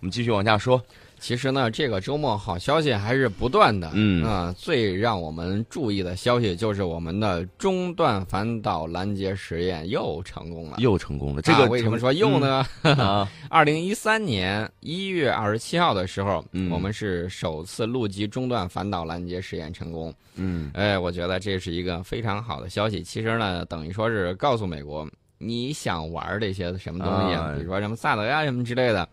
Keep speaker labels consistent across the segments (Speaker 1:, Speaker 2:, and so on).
Speaker 1: 我们继续往下说。
Speaker 2: 其实呢，这个周末好消息还是不断的。
Speaker 1: 嗯
Speaker 2: 啊、最让我们注意的消息就是我们的中段反导拦截实验又成功了。
Speaker 1: 又成功了，这
Speaker 2: 啊
Speaker 1: 个
Speaker 2: 为什么
Speaker 1: 成
Speaker 2: 说又？呢？
Speaker 1: 嗯啊，
Speaker 2: 二零一三年一月二十七号的时候，
Speaker 1: 嗯
Speaker 2: 我们是首次陆基中段反导拦截实验成功。
Speaker 1: 嗯
Speaker 2: 哎，我觉得这是一个非常好的消息。其实呢，等于说是告诉美国，你想玩这些什么东西，啊
Speaker 1: 哎
Speaker 2: 比如说什么萨德呀什么之类的，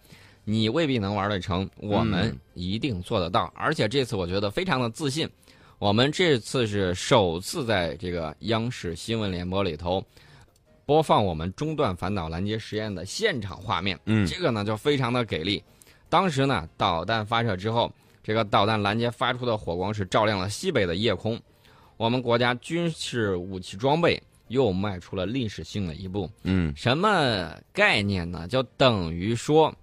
Speaker 2: 你未必能玩得成，我们
Speaker 1: 嗯
Speaker 2: 一定做得到。而且这次我觉得非常的自信，我们这次是首次在这个央视新闻联播里头播放我们中断反导拦截实验的现场画面。
Speaker 1: 嗯，
Speaker 2: 这个呢就非常的给力。当时呢，导弹发射之后，这个导弹拦截发出的火光是照亮了西北的夜空。我们国家军事武器装备又迈出了历史性的一步。
Speaker 1: 嗯
Speaker 2: 什么概念呢？就等于说，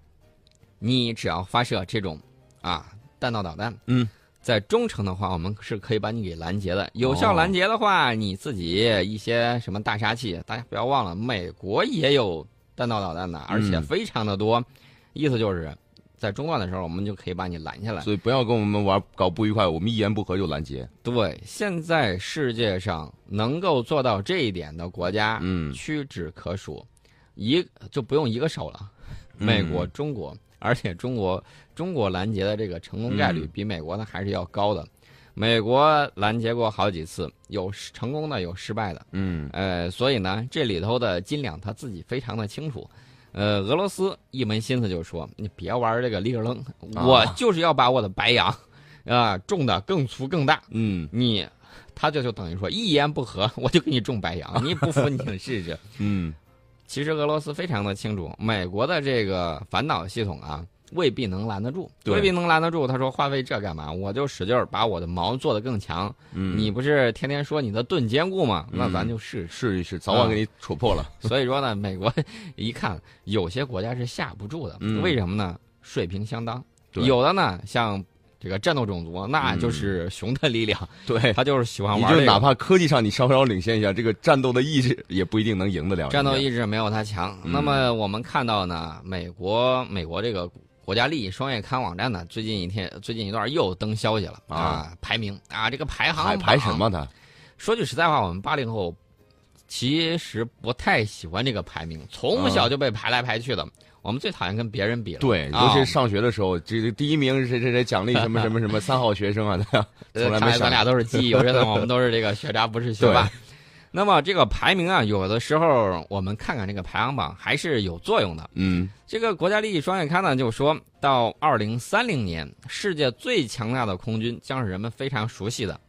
Speaker 2: 你只要发射这种啊弹道导弹，
Speaker 1: 嗯，
Speaker 2: 在中程的话，我们是可以把你给拦截的。有
Speaker 1: 哦
Speaker 2: 效拦截的话，你自己一些什么大杀器，大家不要忘了，美国也有弹道导弹的，而且
Speaker 1: 嗯
Speaker 2: 非常的多。意思就是在中段的时候，我们就可以把你拦下来。
Speaker 1: 所以不要跟我们玩搞不愉快，我们一言不合就拦截。
Speaker 2: 对，现在世界上能够做到这一点的国家，
Speaker 1: 嗯
Speaker 2: 屈指可数，一就不用一个手了。
Speaker 1: 嗯
Speaker 2: 美国、中国，而且中国中国拦截的这个成功概率
Speaker 1: 嗯
Speaker 2: 比美国呢还是要高的。美国拦截过好几次，有失成功的，有失败的。
Speaker 1: 嗯
Speaker 2: 呃，所以呢，这里头的斤两他自己非常的清楚。呃，俄罗斯一门心思就说：“你别玩这个立个扔，
Speaker 1: 啊
Speaker 2: 我就是要把我的白羊，啊、种的更粗更大。
Speaker 1: 嗯
Speaker 2: 你，他这就等于说一言不合我就给你种白羊，你不服你就试试。”
Speaker 1: 嗯
Speaker 2: 其实俄罗斯非常的清楚，美国的这个反导系统啊，未必能拦得住，
Speaker 1: 对
Speaker 2: 未必能拦得住。他说花费这干嘛？我就使劲儿把我的矛做得更强。
Speaker 1: 嗯，
Speaker 2: 你不是天天说你的盾坚固吗？那
Speaker 1: 嗯
Speaker 2: 咱就试试。
Speaker 1: 试一试，早晚给你戳破了。
Speaker 2: 所以说呢，美国 一看有些国家是下不住的，
Speaker 1: 嗯
Speaker 2: 为什么呢？水平相当，
Speaker 1: 对
Speaker 2: 有的呢像这个战斗种族，那就是熊的力量，
Speaker 1: 对，
Speaker 2: 他就是喜欢
Speaker 1: 你
Speaker 2: 玩
Speaker 1: 就
Speaker 2: 这
Speaker 1: 哪
Speaker 2: 个。
Speaker 1: 怕科技上你稍稍领先一下，这个战斗的意志也不一定能赢得了人家。
Speaker 2: 战斗意志没有他强。
Speaker 1: 嗯
Speaker 2: 那么我们看到呢，美国美国这个国家利益双月刊网站呢，最近一天最近一段又登消息了
Speaker 1: 啊
Speaker 2: 排名啊，这个排行
Speaker 1: 还
Speaker 2: 榜
Speaker 1: 排什？么
Speaker 2: 啊
Speaker 1: 呢？
Speaker 2: 说句实在话，我们八零后其实不太喜欢这个排名，
Speaker 1: 嗯
Speaker 2: 从小就被排来排去的。我们最讨厌跟别人比了，
Speaker 1: 对，
Speaker 2: 啊
Speaker 1: 尤其是上学的时候，这这第一名是谁谁谁奖励什 么什么什么三好学生啊，对吧
Speaker 2: 呃
Speaker 1: 从来
Speaker 2: 看
Speaker 1: 没
Speaker 2: 来咱
Speaker 1: 想
Speaker 2: 俩都是鸡，有些呢我们都是这个学渣，不是学霸。那么这个排名啊，有的时候我们看看这个排行榜还是有作用的。
Speaker 1: 嗯
Speaker 2: 这个国家利益双月刊呢，就说到二零三零年，世界最强大的空军将是人们非常熟悉的，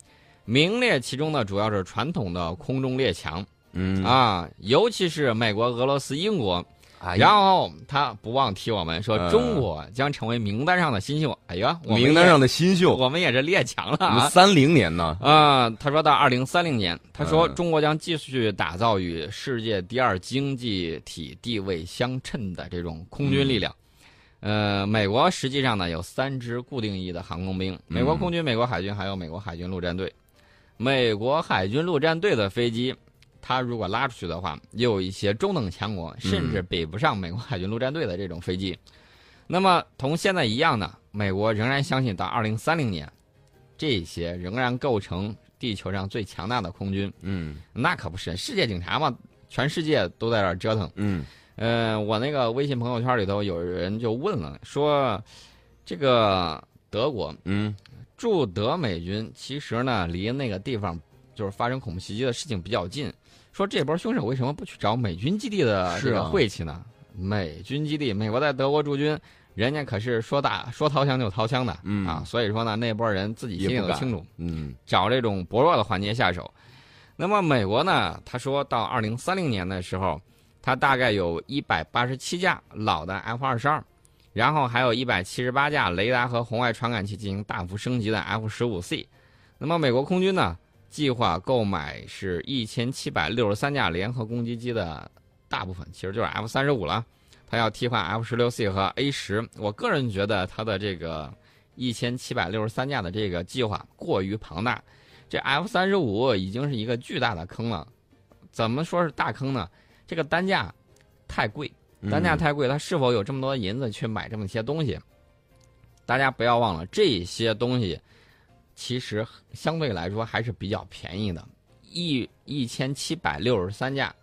Speaker 2: 名列其中的主要是传统的空中列强、
Speaker 1: 嗯，
Speaker 2: 啊，尤其是美国、俄罗斯、英国。
Speaker 1: 哎
Speaker 2: 然
Speaker 1: 呀，
Speaker 2: 后他不忘提我们说，
Speaker 1: 呃
Speaker 2: 中国将成为名单上的新秀。哎呀，我们
Speaker 1: 名单
Speaker 2: 也
Speaker 1: 上的新秀，
Speaker 2: 我们也是列强了
Speaker 1: 我
Speaker 2: 啊
Speaker 1: 们！三零年呢，
Speaker 2: 啊、他说到二零三零年，他说
Speaker 1: 嗯
Speaker 2: 中国将继续打造与世界第二经济体地位相称的这种空军力量。呃，美国实际上呢有三支固定翼的航空兵，美国空军、美国海军还有美国海军陆战队。美国海军陆战队的飞机，它如果拉出去的话，有一些中等强国甚至比不上美国海军陆战队的这种飞机。那么同现在一样呢，美国仍然相信到二零三零年，这些仍然构成地球上最强大的空军。
Speaker 1: 嗯
Speaker 2: 那可不是世界警察嘛，全世界都在这儿折腾。
Speaker 1: 嗯
Speaker 2: 呃，我那个微信朋友圈里头有人就问了，说这个德国
Speaker 1: 嗯，
Speaker 2: 驻德美军其实呢离那个地方就是发生恐怖袭击的事情比较近，说这波凶手为什么不去找美军基地的
Speaker 1: 是
Speaker 2: 这
Speaker 1: 啊
Speaker 2: 个晦气呢？美军基地，美国在德国驻军，人家可是说打说掏枪就掏枪的、
Speaker 1: 嗯
Speaker 2: 啊，所以说呢，那波人自己心里
Speaker 1: 也不
Speaker 2: 都
Speaker 1: 敢
Speaker 2: 清楚。
Speaker 1: 嗯
Speaker 2: 找这种薄弱的环节下手。那么美国呢？他说到二零三零年的时候，它大概有一百八十七架老的 F 二十二，然后还有一百七十八架雷达和红外传感器进行大幅升级的 F 十五 C。那么美国空军呢，计划购买是一千七百六十三架联合攻击机的大部分，其实就是 F 三十五了。它要替换 F 十六 C 和 A 十。我个人觉得它的这个一千七百六十三架的这个计划过于庞大，这 F 三十五已经是一个巨大的坑了。怎么说是大坑呢？这个单价太贵，
Speaker 1: 嗯
Speaker 2: 单价太贵，他是否有这么多银子去买这么些东西？大家不要忘了，这些东西其实相对来说还是比较便宜的，一一千七百六十三架，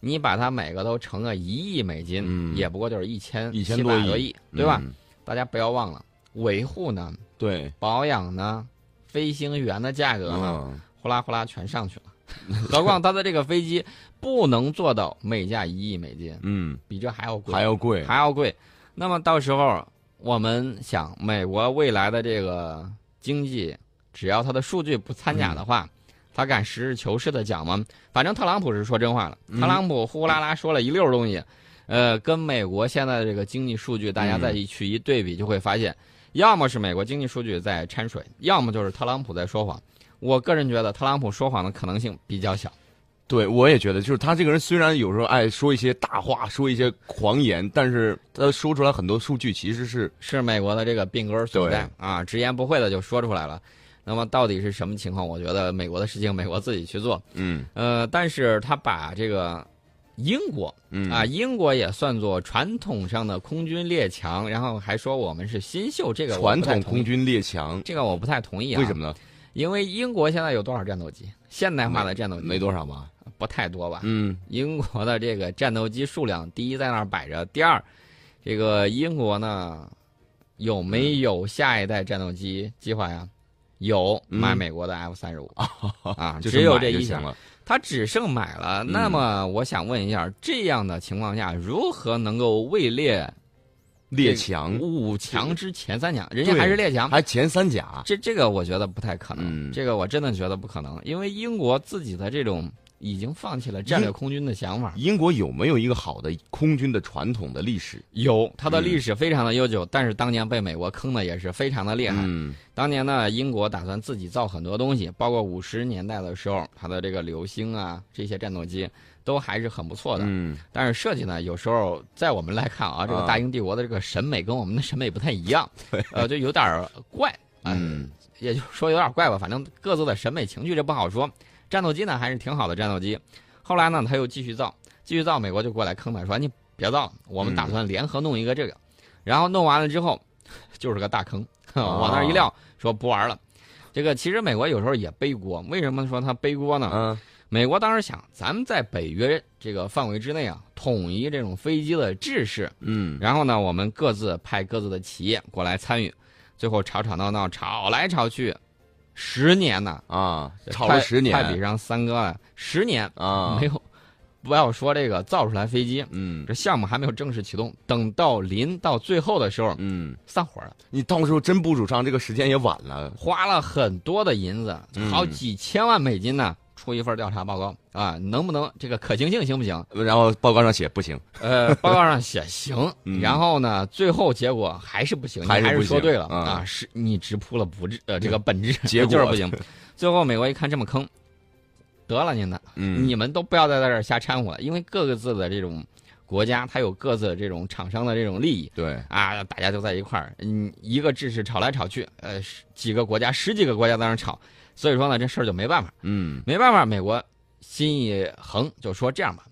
Speaker 2: 你把它每个都乘个一亿美金，
Speaker 1: 嗯
Speaker 2: 也不过就是一千
Speaker 1: 一千
Speaker 2: 七
Speaker 1: 多
Speaker 2: 百
Speaker 1: 亿
Speaker 2: 亿，对吧？？
Speaker 1: 嗯
Speaker 2: 大家不要忘了，维护呢、
Speaker 1: 对，
Speaker 2: 保养呢、飞行员的价格呢，
Speaker 1: 嗯，
Speaker 2: 呼啦呼啦全上去了。 何况他的这个飞机不能做到每架一亿美金，
Speaker 1: 嗯，
Speaker 2: 比这还要贵，
Speaker 1: 还要贵，
Speaker 2: 还要贵。那么到时候我们想，美国未来的这个经济，只要它的数据不掺假的话，他敢实事求是的讲吗？反正特朗普是说真话了，特朗普呼呼啦啦说了一溜儿东西，呃，跟美国现在的这个经济数据，大家再一去一对比，就会发现，要么是美国经济数据在掺水，要么就是特朗普在说谎。我个人觉得特朗普说谎的可能性比较小。
Speaker 1: 对，我也觉得，就是他这个人虽然有时候爱说一些大话，说一些狂言，但是他说出来很多数据其实是
Speaker 2: 是美国的这个病根儿所在
Speaker 1: 对
Speaker 2: 啊，直言不讳的就说出来了。那么到底是什么情况？我觉得美国的事情美国自己去做。
Speaker 1: 嗯
Speaker 2: 呃，但是他把这个英国
Speaker 1: 嗯
Speaker 2: 啊，英国也算作传统上的空军列强，然后还说我们是新秀，这个我
Speaker 1: 传
Speaker 2: 不太
Speaker 1: 统
Speaker 2: 同
Speaker 1: 空
Speaker 2: 意，
Speaker 1: 军列强，
Speaker 2: 这个我不太同意啊。
Speaker 1: 为什？么呢？
Speaker 2: 因为英国现在有多少战斗机？现代化的战斗机
Speaker 1: 没多少吧？
Speaker 2: 不太多吧？
Speaker 1: 嗯
Speaker 2: 英国的这个战斗机数量，第一在那儿摆着，第二，这个英国呢有没有下一代战斗机计划呀？有，
Speaker 1: 嗯哦
Speaker 2: 买美国的 F 三十五 啊，
Speaker 1: 就是
Speaker 2: 只有
Speaker 1: 买
Speaker 2: 这
Speaker 1: 就
Speaker 2: 一
Speaker 1: 行
Speaker 2: 项，
Speaker 1: 了。嗯
Speaker 2: 他只剩买了。那么我想问一下，这样的情况下，如何能够位列
Speaker 1: 列强
Speaker 2: 五强之前三强？人家
Speaker 1: 嗯对
Speaker 2: 还是列强，
Speaker 1: 还前三甲，
Speaker 2: 这这个我觉得不太可能，
Speaker 1: 嗯
Speaker 2: 这个我真的觉得不可能，因为英国自己的这种已经放弃了战略空军的想法。
Speaker 1: 英国有没有一个好的空军的传统的历史？
Speaker 2: 有，
Speaker 1: 嗯
Speaker 2: 它的历史非常的悠久，但是当年被美国坑的也是非常的厉害。
Speaker 1: 嗯
Speaker 2: 当年呢，英国打算自己造很多东西，包括五十年代的时候，它的这个流星啊，这些战斗机都还是很不错的。
Speaker 1: 嗯，
Speaker 2: 但是设计呢，有时候在我们来看啊，这个
Speaker 1: 啊
Speaker 2: 大英帝国的这个审美跟我们的审美不太一 样，呃，就有点儿怪啊、
Speaker 1: 嗯
Speaker 2: 也就是说有点怪吧，反正各自的审美情趣这不好说。战斗机呢还是挺好的战斗机，后来呢他又继续造，继续造，美国就过来坑他，说你别造了，我们打算联合弄一个这个，然后弄完了之后 就是个大坑，哼
Speaker 1: 啊
Speaker 2: 往那儿一撂，说不玩了。这个其实美国有时候也背锅，为什么说他背锅呢？
Speaker 1: 啊
Speaker 2: 美国当时想，咱们在北约这个范围之内啊，统一这种飞机的制式，
Speaker 1: 嗯
Speaker 2: 然后呢，我们各自派各自的企业过来参与，最后吵吵闹闹，吵来吵去，十年呐，
Speaker 1: 啊，吵
Speaker 2: 快
Speaker 1: 了十
Speaker 2: 快比
Speaker 1: 年
Speaker 2: 上三哥了，十年、
Speaker 1: 啊
Speaker 2: 没，有，不要说这个造出来飞机，
Speaker 1: 嗯
Speaker 2: 这项目还没有正式启动，等到临到最后的时候
Speaker 1: 嗯，
Speaker 2: 散伙了，
Speaker 1: 你到时候真部署上，这个时间也晚了。
Speaker 2: 花了很多的银子，
Speaker 1: 嗯
Speaker 2: 好几千万美金呢，出一份调查报告啊，能不能这个可行性行不行？
Speaker 1: 然后报告上写不行，
Speaker 2: 呃，报告上写行，
Speaker 1: 嗯
Speaker 2: 然后呢，最后结果还是不行，你
Speaker 1: 还是
Speaker 2: 还
Speaker 1: 不
Speaker 2: 是说
Speaker 1: 行
Speaker 2: 对了
Speaker 1: 嗯
Speaker 2: 啊，是你直扑了不治呃这个本质，
Speaker 1: 结
Speaker 2: 就是
Speaker 1: 果
Speaker 2: 不行。最后美国一看这么坑，得了您的，
Speaker 1: 嗯
Speaker 2: 你们都不要再在这儿瞎掺和了，因为各个自的这种国家，它有各自的这种厂商的这种利益。
Speaker 1: 对，
Speaker 2: 啊，大家就在一块儿，嗯，一个制式吵来吵去，呃，十几个国家、十几个国家在那儿吵，所以说呢，这事儿就没办法。
Speaker 1: 嗯
Speaker 2: 没办法，美国心一横，就说这样吧，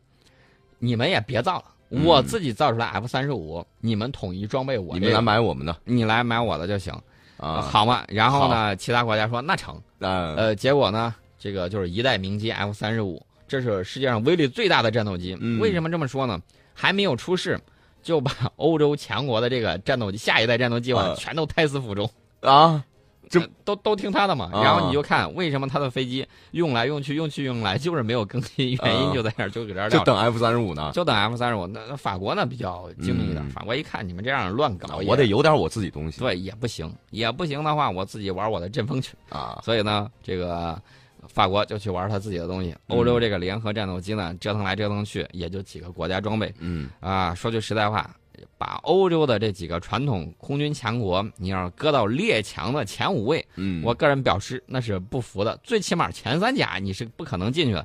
Speaker 2: 你们也别造了，
Speaker 1: 嗯
Speaker 2: 我自己造出来 F 三十五，你们统一装备我、
Speaker 1: 你
Speaker 2: 这个，
Speaker 1: 们来买我们的
Speaker 2: 你来买我的就行，
Speaker 1: 啊，
Speaker 2: 好嘛？然后呢，其他国家说那成，
Speaker 1: 呃，
Speaker 2: 呃，结果呢，这个就是一代名机 F 三十五，这是世界上威力最大的战斗机。
Speaker 1: 嗯
Speaker 2: 为什么这么说呢？还没有出世。就把欧洲强国的这个战斗机，下一代战斗计划
Speaker 1: 呃
Speaker 2: 全都胎死腹中。
Speaker 1: 啊，这
Speaker 2: 呃都都听他的嘛。
Speaker 1: 啊
Speaker 2: 然后你就看为什么他的飞机用来用去用去用来就是没有更新，原因
Speaker 1: 啊
Speaker 2: 就在这儿，就搁这儿
Speaker 1: 就
Speaker 2: 撂着。
Speaker 1: 等 F 三十五呢，
Speaker 2: 就等 F 三十五，那那法国呢比较精明一点。
Speaker 1: 嗯
Speaker 2: 法国一看你们这样乱搞，
Speaker 1: 我得
Speaker 2: 也
Speaker 1: 有点我自己东西
Speaker 2: 对也不行，也不行的话，我自己玩我的阵风去。
Speaker 1: 啊，
Speaker 2: 所以呢，这个法国就去玩他自己的东西。
Speaker 1: 嗯
Speaker 2: 欧洲这个联合战斗机呢，折腾来折腾去，也就几个国家装备
Speaker 1: 嗯
Speaker 2: 啊。说句实在话，把欧洲的这几个传统空军强国，你要是搁到列强的前五位，
Speaker 1: 嗯，
Speaker 2: 我个人表示那是不服的，最起码前三甲你是不可能进去的。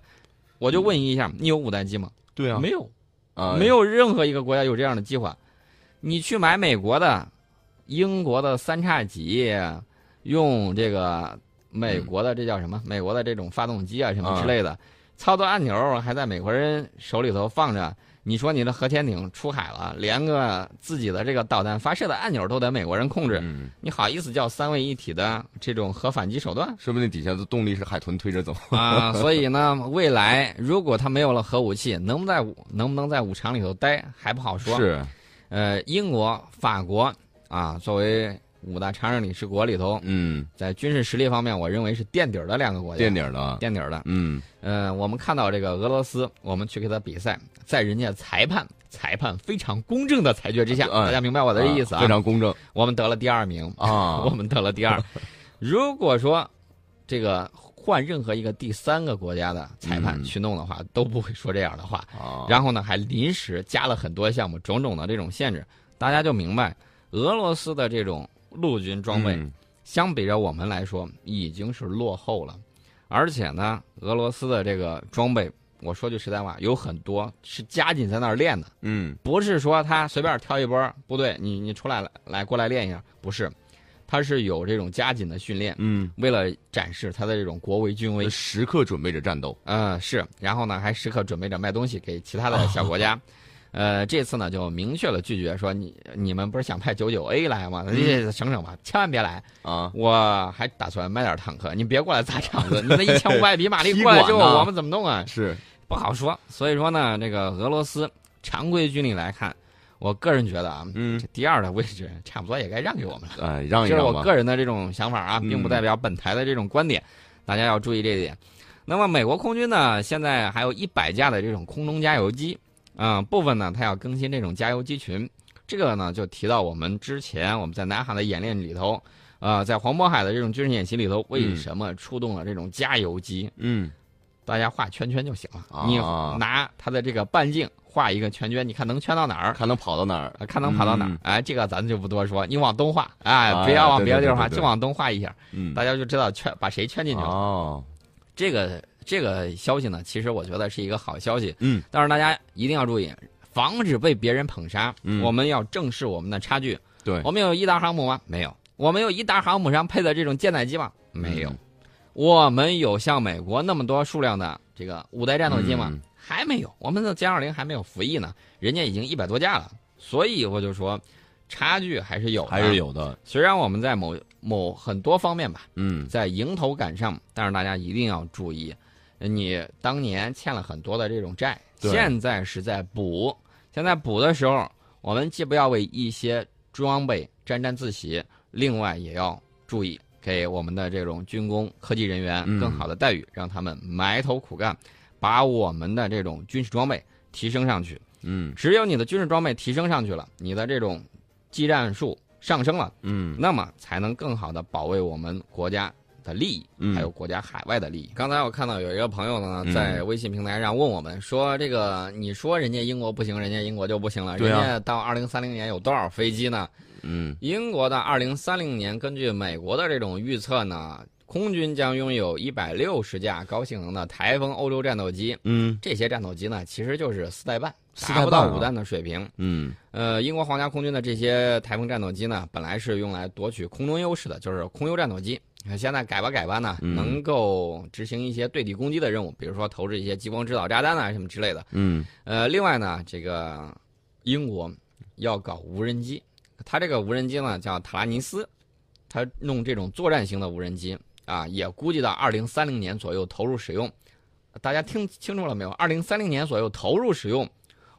Speaker 2: 我就问一下，你有五代机吗？
Speaker 1: 对啊，
Speaker 2: 没有，
Speaker 1: 啊
Speaker 2: 没有任何一个国家有这样的计划。你去买美国的、英国的三叉戟，用这个美
Speaker 1: 嗯
Speaker 2: 国的这叫什么？美
Speaker 1: 啊
Speaker 2: 国的这种发动机啊什么之类的，操作按钮还在美国人手里头放着。你说你的核潜艇出海了，连个自己的这个导弹发射的按钮都得美国人控制，
Speaker 1: 嗯，
Speaker 2: 你好意思叫三位一体的这种核反击 手段？
Speaker 1: 说不定底下的动力是海豚推着走。
Speaker 2: 啊，所以呢，未来如果他没有了核武器，能不在武能不能在武场里头待还不好说。，
Speaker 1: 是，
Speaker 2: 呃，英国、法国啊，作为五大常任理事国里头，
Speaker 1: 嗯，
Speaker 2: 在军事实力方面，我认为是垫底儿的两个国家。
Speaker 1: 垫底儿了，
Speaker 2: 垫底儿的。
Speaker 1: 嗯，
Speaker 2: 呃，我们看到这个俄罗斯，我们去给他比赛，在人家裁判裁判非常公正的裁决之下，
Speaker 1: 哎
Speaker 2: 大家明白我的意思啊？
Speaker 1: 非常 公正
Speaker 2: 我们得了第二名，
Speaker 1: 啊
Speaker 2: 我。们得了第二。如果说这个换任何一个第三个国家的裁判
Speaker 1: 嗯
Speaker 2: 去弄的话，都不会说这样的话。
Speaker 1: 啊，
Speaker 2: 然后呢，还临时加了很多项目，种种的这种限制，大家就明白，俄罗斯的这种陆军装备，
Speaker 1: 嗯
Speaker 2: 相比着我们来说，已经是落后了。而且呢，俄罗斯的这个装备，我说句实在话，有很多是加紧在那儿练的，
Speaker 1: 嗯
Speaker 2: 不是说他随便挑一波部队，你你出来了来过来练一下，不是，他是有这种加紧的训练，
Speaker 1: 嗯，
Speaker 2: 为了展示他的这种国威军威。
Speaker 1: 时刻准备着战斗。
Speaker 2: 嗯、是，然后呢，还时刻准备着卖东西给其他的小国家。 呃，这次呢就明确了拒绝，说你你们不是想派九九 A 来吗？你这省省吧，千万别来。
Speaker 1: 啊，
Speaker 2: 我还打算买点坦克，你别过来砸场 子，你那一千五百匹马力
Speaker 1: 踢
Speaker 2: 过来
Speaker 1: 馆
Speaker 2: 之后，
Speaker 1: 呢
Speaker 2: 我们怎么弄啊？
Speaker 1: 是，
Speaker 2: 不好说。所以说呢，这个俄罗斯常规军力来看，我个人觉得啊，
Speaker 1: 嗯
Speaker 2: 这，第二的位置差不多也该让给我们了。
Speaker 1: 哎，让一
Speaker 2: 这是
Speaker 1: 让
Speaker 2: 我
Speaker 1: 吧。
Speaker 2: 个人的这种想法啊，
Speaker 1: 嗯
Speaker 2: 并不代表本台的这种观点，大家要注意这一点。那么美国空军呢，现在还有一百架的这种空中加油机，啊、部分呢它要更新这种加油机群，这个呢就提到我们之前我们在南海的演练里头，啊，在黄渤海的这种军事演习里头，为什么出动了这种加油机？
Speaker 1: 嗯，
Speaker 2: 大家画圈圈就行了，
Speaker 1: 啊
Speaker 2: 你拿它的这个半径画一个圈圈，你看能圈到哪儿？
Speaker 1: 看能跑到哪儿。
Speaker 2: 啊，看能跑到哪儿
Speaker 1: 嗯？
Speaker 2: 哎，这个咱就不多说，你往东画，哎，
Speaker 1: 哎
Speaker 2: 不要往
Speaker 1: 对
Speaker 2: 别的地方画，
Speaker 1: 对对对
Speaker 2: 就往东画一下，
Speaker 1: 嗯，
Speaker 2: 大家就知道圈把谁圈进去了。
Speaker 1: 哦，
Speaker 2: 这个这个消息呢，其实我觉得是一个好消息，
Speaker 1: 嗯，
Speaker 2: 但是大家一定要注意，防止被别人捧杀。
Speaker 1: 嗯
Speaker 2: 我们要正视我们的差距。
Speaker 1: 对，
Speaker 2: 我们有一达航母吗？没有。我们有一达航母上配的这种舰载机吗？没有
Speaker 1: 嗯。
Speaker 2: 我们有像美国那么多数量的这个五代战斗机吗？
Speaker 1: 嗯
Speaker 2: 还没有，我们的歼二零还没有服役呢，人家已经一百多架了，所以我就说，差距还是有，
Speaker 1: 还是。有的。
Speaker 2: 虽然我们在某某很多方面吧，
Speaker 1: 嗯，
Speaker 2: 在迎头赶上，但是大家一定要注意，你当年欠了很多的这种债，
Speaker 1: 对
Speaker 2: 现在是在补，现在补的时候，我们既不要为一些装备沾沾自喜，另外也要注意给我们的这种军工科技人员
Speaker 1: 嗯
Speaker 2: 更好的待遇，让他们埋头苦干，把我们的这种军事装备提升上去。
Speaker 1: 嗯，
Speaker 2: 只有你的军事装备提升上去了，你的这种技战术上升了。
Speaker 1: 嗯，
Speaker 2: 那么才能更好的保卫我们国家的利益，
Speaker 1: 嗯
Speaker 2: 还有国家海外的利益。刚才我看到有一个朋友呢，
Speaker 1: 嗯
Speaker 2: 在微信平台上问我们说：“这个你说人家英国不行，人家英国就不行了，
Speaker 1: 对
Speaker 2: 人
Speaker 1: 啊
Speaker 2: 家到二零三零年有多少飞机呢？”
Speaker 1: 嗯，
Speaker 2: 英国的二零三零年，根据美国的这种预测呢，空军将拥有一百六十架高性能的台风欧洲战斗机。
Speaker 1: 嗯，
Speaker 2: 这些战斗机呢，其实就是四代半，
Speaker 1: 四代
Speaker 2: 达不
Speaker 1: 半
Speaker 2: 到
Speaker 1: 啊
Speaker 2: 五弹的水平。
Speaker 1: 嗯，
Speaker 2: 呃，英国皇家空军的这些台风战斗机呢，本来是用来夺取空中优势的，就是空优战斗机。呃现在改吧改吧呢，
Speaker 1: 嗯
Speaker 2: 能够执行一些对地攻击的任务，比如说投掷一些激光制导炸弹啊什么之类的。
Speaker 1: 嗯，
Speaker 2: 呃，另外呢，这个英国要搞无人机，它这个无人机呢叫塔拉尼斯，它弄这种作战型的无人机啊，也估计到二零三零年左右投入使用。大家听清楚了没有？二零三零年左右投入使用，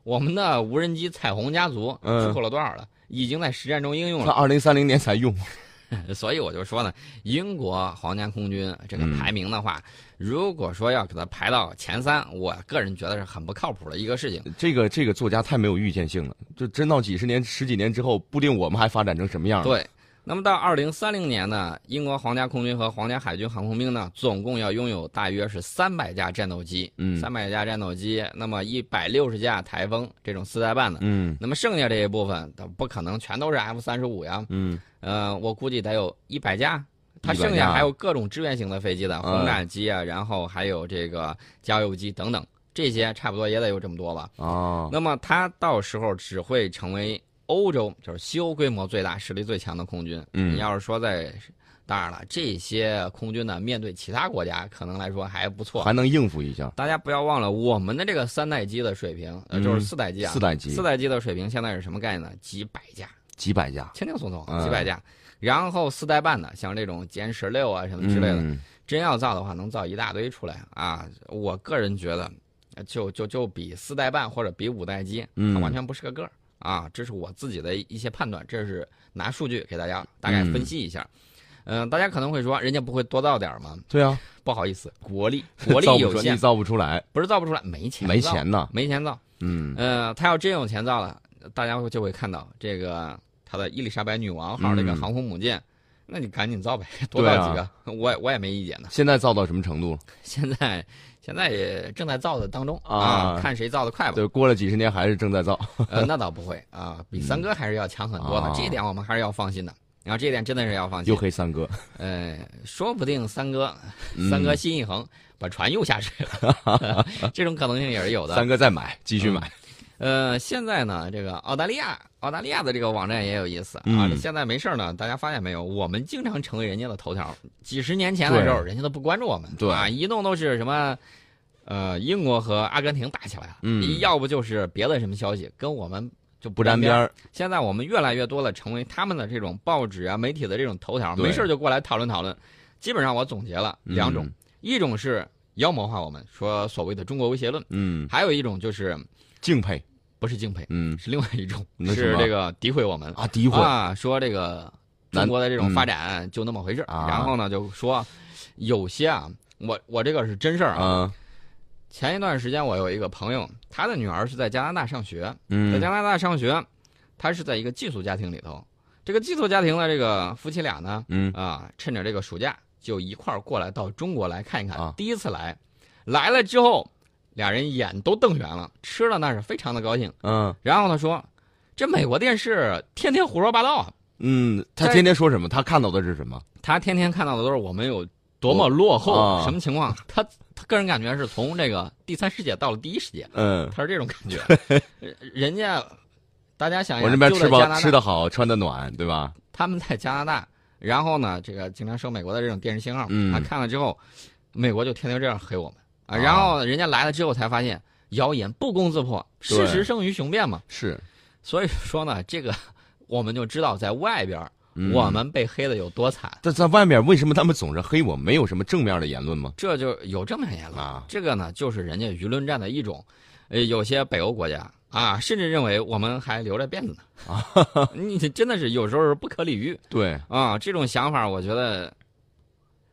Speaker 2: 我们的无人机彩虹家族
Speaker 1: 嗯
Speaker 2: 出口了多少了？已经在实战中应用
Speaker 1: 他
Speaker 2: 了。
Speaker 1: 二零三零年才用。
Speaker 2: 所以我就说呢，英国皇家空军这个
Speaker 1: 嗯
Speaker 2: 排名的话，如果说要给它排到前三，我个人觉得是很不靠谱的一个事情。
Speaker 1: 这个这个作家太没有预见性了，就真到几十年、十几年之后，不定我们还发展成什么样了。
Speaker 2: 对，那么到二零三零年呢，英国皇家空军和皇家海军航空兵呢，总共要拥有大约是三百架战斗机，
Speaker 1: 嗯
Speaker 2: 三百架战斗机，那么一百六十架台风这种四代半的。
Speaker 1: 嗯
Speaker 2: 那么剩下这一部分，它不可能全都是 F 三十五呀，
Speaker 1: 嗯
Speaker 2: 呃，我估计得有一百架，它
Speaker 1: 100
Speaker 2: 剩下
Speaker 1: 架
Speaker 2: 还有各种支援型的飞机的，
Speaker 1: 嗯
Speaker 2: 轰炸机啊，然后还有这个加油机等
Speaker 1: 嗯
Speaker 2: 等，这些差不多也得有这么多吧。
Speaker 1: 啊，
Speaker 2: 那么它到时候只会成为欧洲就是西欧规模最大、实力最强的空军。
Speaker 1: 嗯
Speaker 2: 你要是说在，当然了，这些空军呢，面对其他国家可能来说还不错。
Speaker 1: 还能应付一下。
Speaker 2: 大家不要忘了，我们的这个三代机的水平，呃，
Speaker 1: 嗯
Speaker 2: 就是四代机啊，
Speaker 1: 四代机
Speaker 2: 四代机的水平现在是什么概念呢？几百架，
Speaker 1: 几百架
Speaker 2: 轻轻松松
Speaker 1: 嗯
Speaker 2: 几百架。然后四代半的，像这种歼十六啊什么之类的，
Speaker 1: 嗯
Speaker 2: 真要造的话，能造一大堆出来啊！我个人觉得，呃就就就比四代半或者比五代机，
Speaker 1: 嗯
Speaker 2: 它完全不是个个儿啊！这是我自己的一些判断，这是拿数据给大
Speaker 1: 嗯
Speaker 2: 家大概分析一下。嗯、大家可能会说，人家不会多造点儿吗？
Speaker 1: 对啊，
Speaker 2: 不好意思，国力国力
Speaker 1: 造不
Speaker 2: 有
Speaker 1: 出来，
Speaker 2: 限
Speaker 1: 你，造不出来，
Speaker 2: 不是造不出来，没钱，
Speaker 1: 没，钱呢。
Speaker 2: 没钱造。
Speaker 1: 嗯
Speaker 2: 呃，他要真有钱造了，大家就会看到这个他的伊丽莎白女王号这个
Speaker 1: 嗯
Speaker 2: 航空母舰，那你赶紧造呗，多
Speaker 1: 对
Speaker 2: 造
Speaker 1: 啊
Speaker 2: 几个，我也我也没意见的。
Speaker 1: 现在造到什么程度？
Speaker 2: 现在现在也正在造的当中
Speaker 1: 啊
Speaker 2: 看谁造的快吧。
Speaker 1: 对，过了几十年还是正在造。
Speaker 2: 呃，那倒不会啊，比三哥还是要强很多的，
Speaker 1: 嗯啊
Speaker 2: 这一点我们还是要放心的。然后这一点真的是要放心
Speaker 1: 又。黑三哥，
Speaker 2: 呃，说不定三哥
Speaker 1: 嗯
Speaker 2: 三哥心一横，把船又下水了， 这种可能性也是有的
Speaker 1: 三。哥再买，继续买。
Speaker 2: 呃，现在呢，这个澳大利亚澳大利亚的这个网站也有意思啊。
Speaker 1: 嗯
Speaker 2: 现在没事儿呢，大家发现没有？我们经常成为人家的头条。几十年前的
Speaker 1: 对
Speaker 2: 时候，人家都不关注我们，
Speaker 1: 对
Speaker 2: 啊，一弄都是什么。呃，英国和阿根廷打起来了，
Speaker 1: 嗯
Speaker 2: 要不就是别的什么消息跟我们就
Speaker 1: 不
Speaker 2: 不
Speaker 1: 沾边
Speaker 2: 儿。
Speaker 1: 儿，
Speaker 2: 现在我们越来越多了，成为他们的这种报纸啊、媒体的这种头条，
Speaker 1: 对
Speaker 2: 没事儿就过来讨论讨论。基本上我总结了两种，
Speaker 1: 嗯
Speaker 2: 一种是妖魔化我们，说所谓的中国威胁论，
Speaker 1: 嗯，
Speaker 2: 还有一种就是
Speaker 1: 敬佩，
Speaker 2: 不是敬佩，
Speaker 1: 嗯
Speaker 2: 是另外一种，
Speaker 1: 那什
Speaker 2: 是
Speaker 1: 么
Speaker 2: 这个诋毁我们
Speaker 1: 啊，诋毁，
Speaker 2: 啊，说这个中
Speaker 1: 咱
Speaker 2: 国的这种
Speaker 1: 嗯
Speaker 2: 发展就那么回事儿。
Speaker 1: 啊
Speaker 2: 然后呢，就说有些啊，我我这个是真事儿啊。
Speaker 1: 啊，
Speaker 2: 前一段时间我有一个朋友，他的女儿是在加拿大上学，在
Speaker 1: 嗯
Speaker 2: 加拿大上学，他是在一个寄宿家庭里头。这个寄宿家庭的这个夫妻俩呢，
Speaker 1: 嗯，
Speaker 2: 啊，趁着这个暑假就一块儿过来到中国来看一看。
Speaker 1: 啊
Speaker 2: 第一次来，来了之后，俩人眼都瞪圆了，吃的那是非常的高兴。
Speaker 1: 嗯
Speaker 2: 然后他说：“这美国电视天天胡说八道啊，
Speaker 1: 嗯，他
Speaker 2: 在
Speaker 1: 天天说什么？他看到的是什么？
Speaker 2: 他天天看到的都是我们有多么落后，
Speaker 1: 啊
Speaker 2: 什么情况。他他个人感觉是从这个第三世界到了第一世界，
Speaker 1: 嗯，
Speaker 2: 他是这种感觉。 呃人家大家想一
Speaker 1: 我这
Speaker 2: 想，
Speaker 1: 边
Speaker 2: 哎就
Speaker 1: 吃
Speaker 2: 在加拿
Speaker 1: 饱
Speaker 2: 大
Speaker 1: 吃得好，穿得暖，对吧？
Speaker 2: 他们在加拿大， 然后呢，这个经常收美国的这种电视信号，
Speaker 1: 嗯
Speaker 2: 他看了之后，美国就天天这样黑我们啊。
Speaker 1: 啊
Speaker 2: 然后人家来了之后才发现，谣言不攻自破，
Speaker 1: 对
Speaker 2: 事实胜于雄辩嘛。
Speaker 1: 是，
Speaker 2: 所以说呢， 这个我们就知道在外边。”
Speaker 1: 嗯
Speaker 2: 我们被黑的有多惨，
Speaker 1: 但在外面为什么他们总是黑我？没有什么正面的言论吗？
Speaker 2: 这就有这么言论。
Speaker 1: 啊，
Speaker 2: 这个呢，就是人家舆论战的一种。呃，有些北欧国家啊，甚至认为我们还留着辫子呢。 啊，你真的是有时候是不可理喻
Speaker 1: 对，
Speaker 2: 啊！这种想法，我觉得，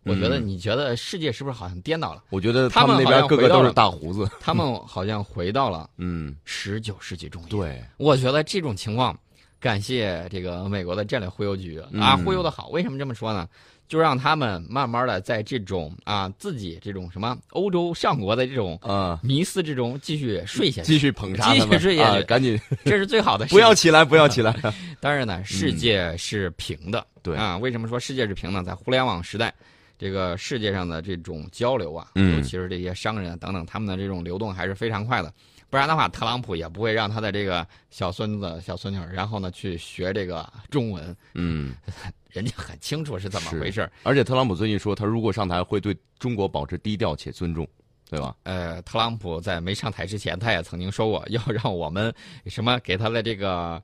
Speaker 2: 我觉得
Speaker 1: 嗯
Speaker 2: 你觉得世界是不是好像颠倒了？
Speaker 1: 我觉得
Speaker 2: 他们
Speaker 1: 那
Speaker 2: 好
Speaker 1: 边
Speaker 2: 像
Speaker 1: 个
Speaker 2: 回
Speaker 1: 个
Speaker 2: 到
Speaker 1: 都是
Speaker 2: 了
Speaker 1: 大胡子，
Speaker 2: 他 们好像回到了
Speaker 1: 嗯，
Speaker 2: 十九世纪中叶。
Speaker 1: 对，
Speaker 2: 我觉得这种情况，感谢这个美国的战略忽悠局啊，
Speaker 1: 嗯
Speaker 2: 忽悠的好。为什么这么说呢？就让他们慢慢的在这种啊自己这种什么欧洲上国的这种
Speaker 1: 啊，
Speaker 2: 迷思之中继续睡下去，
Speaker 1: 继续捧杀
Speaker 2: 继
Speaker 1: 他
Speaker 2: 续
Speaker 1: 们
Speaker 2: 睡下
Speaker 1: 啊
Speaker 2: 去，
Speaker 1: 赶紧
Speaker 2: 这 是最好的事情。
Speaker 1: 不要起来，不要 起来，
Speaker 2: 当然呢，世界是平的。
Speaker 1: 嗯对
Speaker 2: 啊，为什么说世界是平呢？在互联网时代，这个世界上的这种交流啊，
Speaker 1: 嗯
Speaker 2: 尤其是这些商人啊等等，他们的这种流动还是非常快的。不然的话，特朗普也不会让他的这个小孙子、小孙女儿，然后呢去学这个中文，
Speaker 1: 嗯。
Speaker 2: 人家很清楚是怎么
Speaker 1: 是
Speaker 2: 回事儿。
Speaker 1: 而且特朗普最近说，他如果上台，会对中国保持低调且尊重，对吧？
Speaker 2: 呃，特朗普在没上台之前，他也曾经说过，要让我们什么给他的这个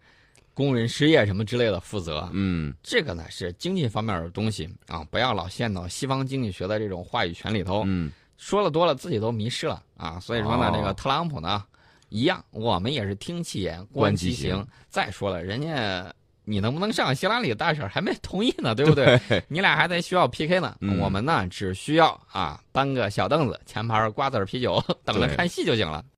Speaker 2: 工人失业什么之类的负责。
Speaker 1: 嗯，
Speaker 2: 这个呢是经济方面的东西啊，不要老陷到西方经济学的这种话语权里头，
Speaker 1: 嗯，
Speaker 2: 说了多了自己都迷失了啊。所以说呢，
Speaker 1: 哦
Speaker 2: 这个特朗普呢，一样，我们也是听其言观
Speaker 1: 观
Speaker 2: 其
Speaker 1: 其
Speaker 2: 行
Speaker 1: 行。
Speaker 2: 再说了，人家你能不能上希拉里大婶儿还没同意呢，对不对？你俩还得需要 PK 呢。
Speaker 1: 嗯
Speaker 2: 我们呢只需要啊搬个小凳子，前排儿瓜子儿啤酒，等着
Speaker 1: 对
Speaker 2: 看戏就行了。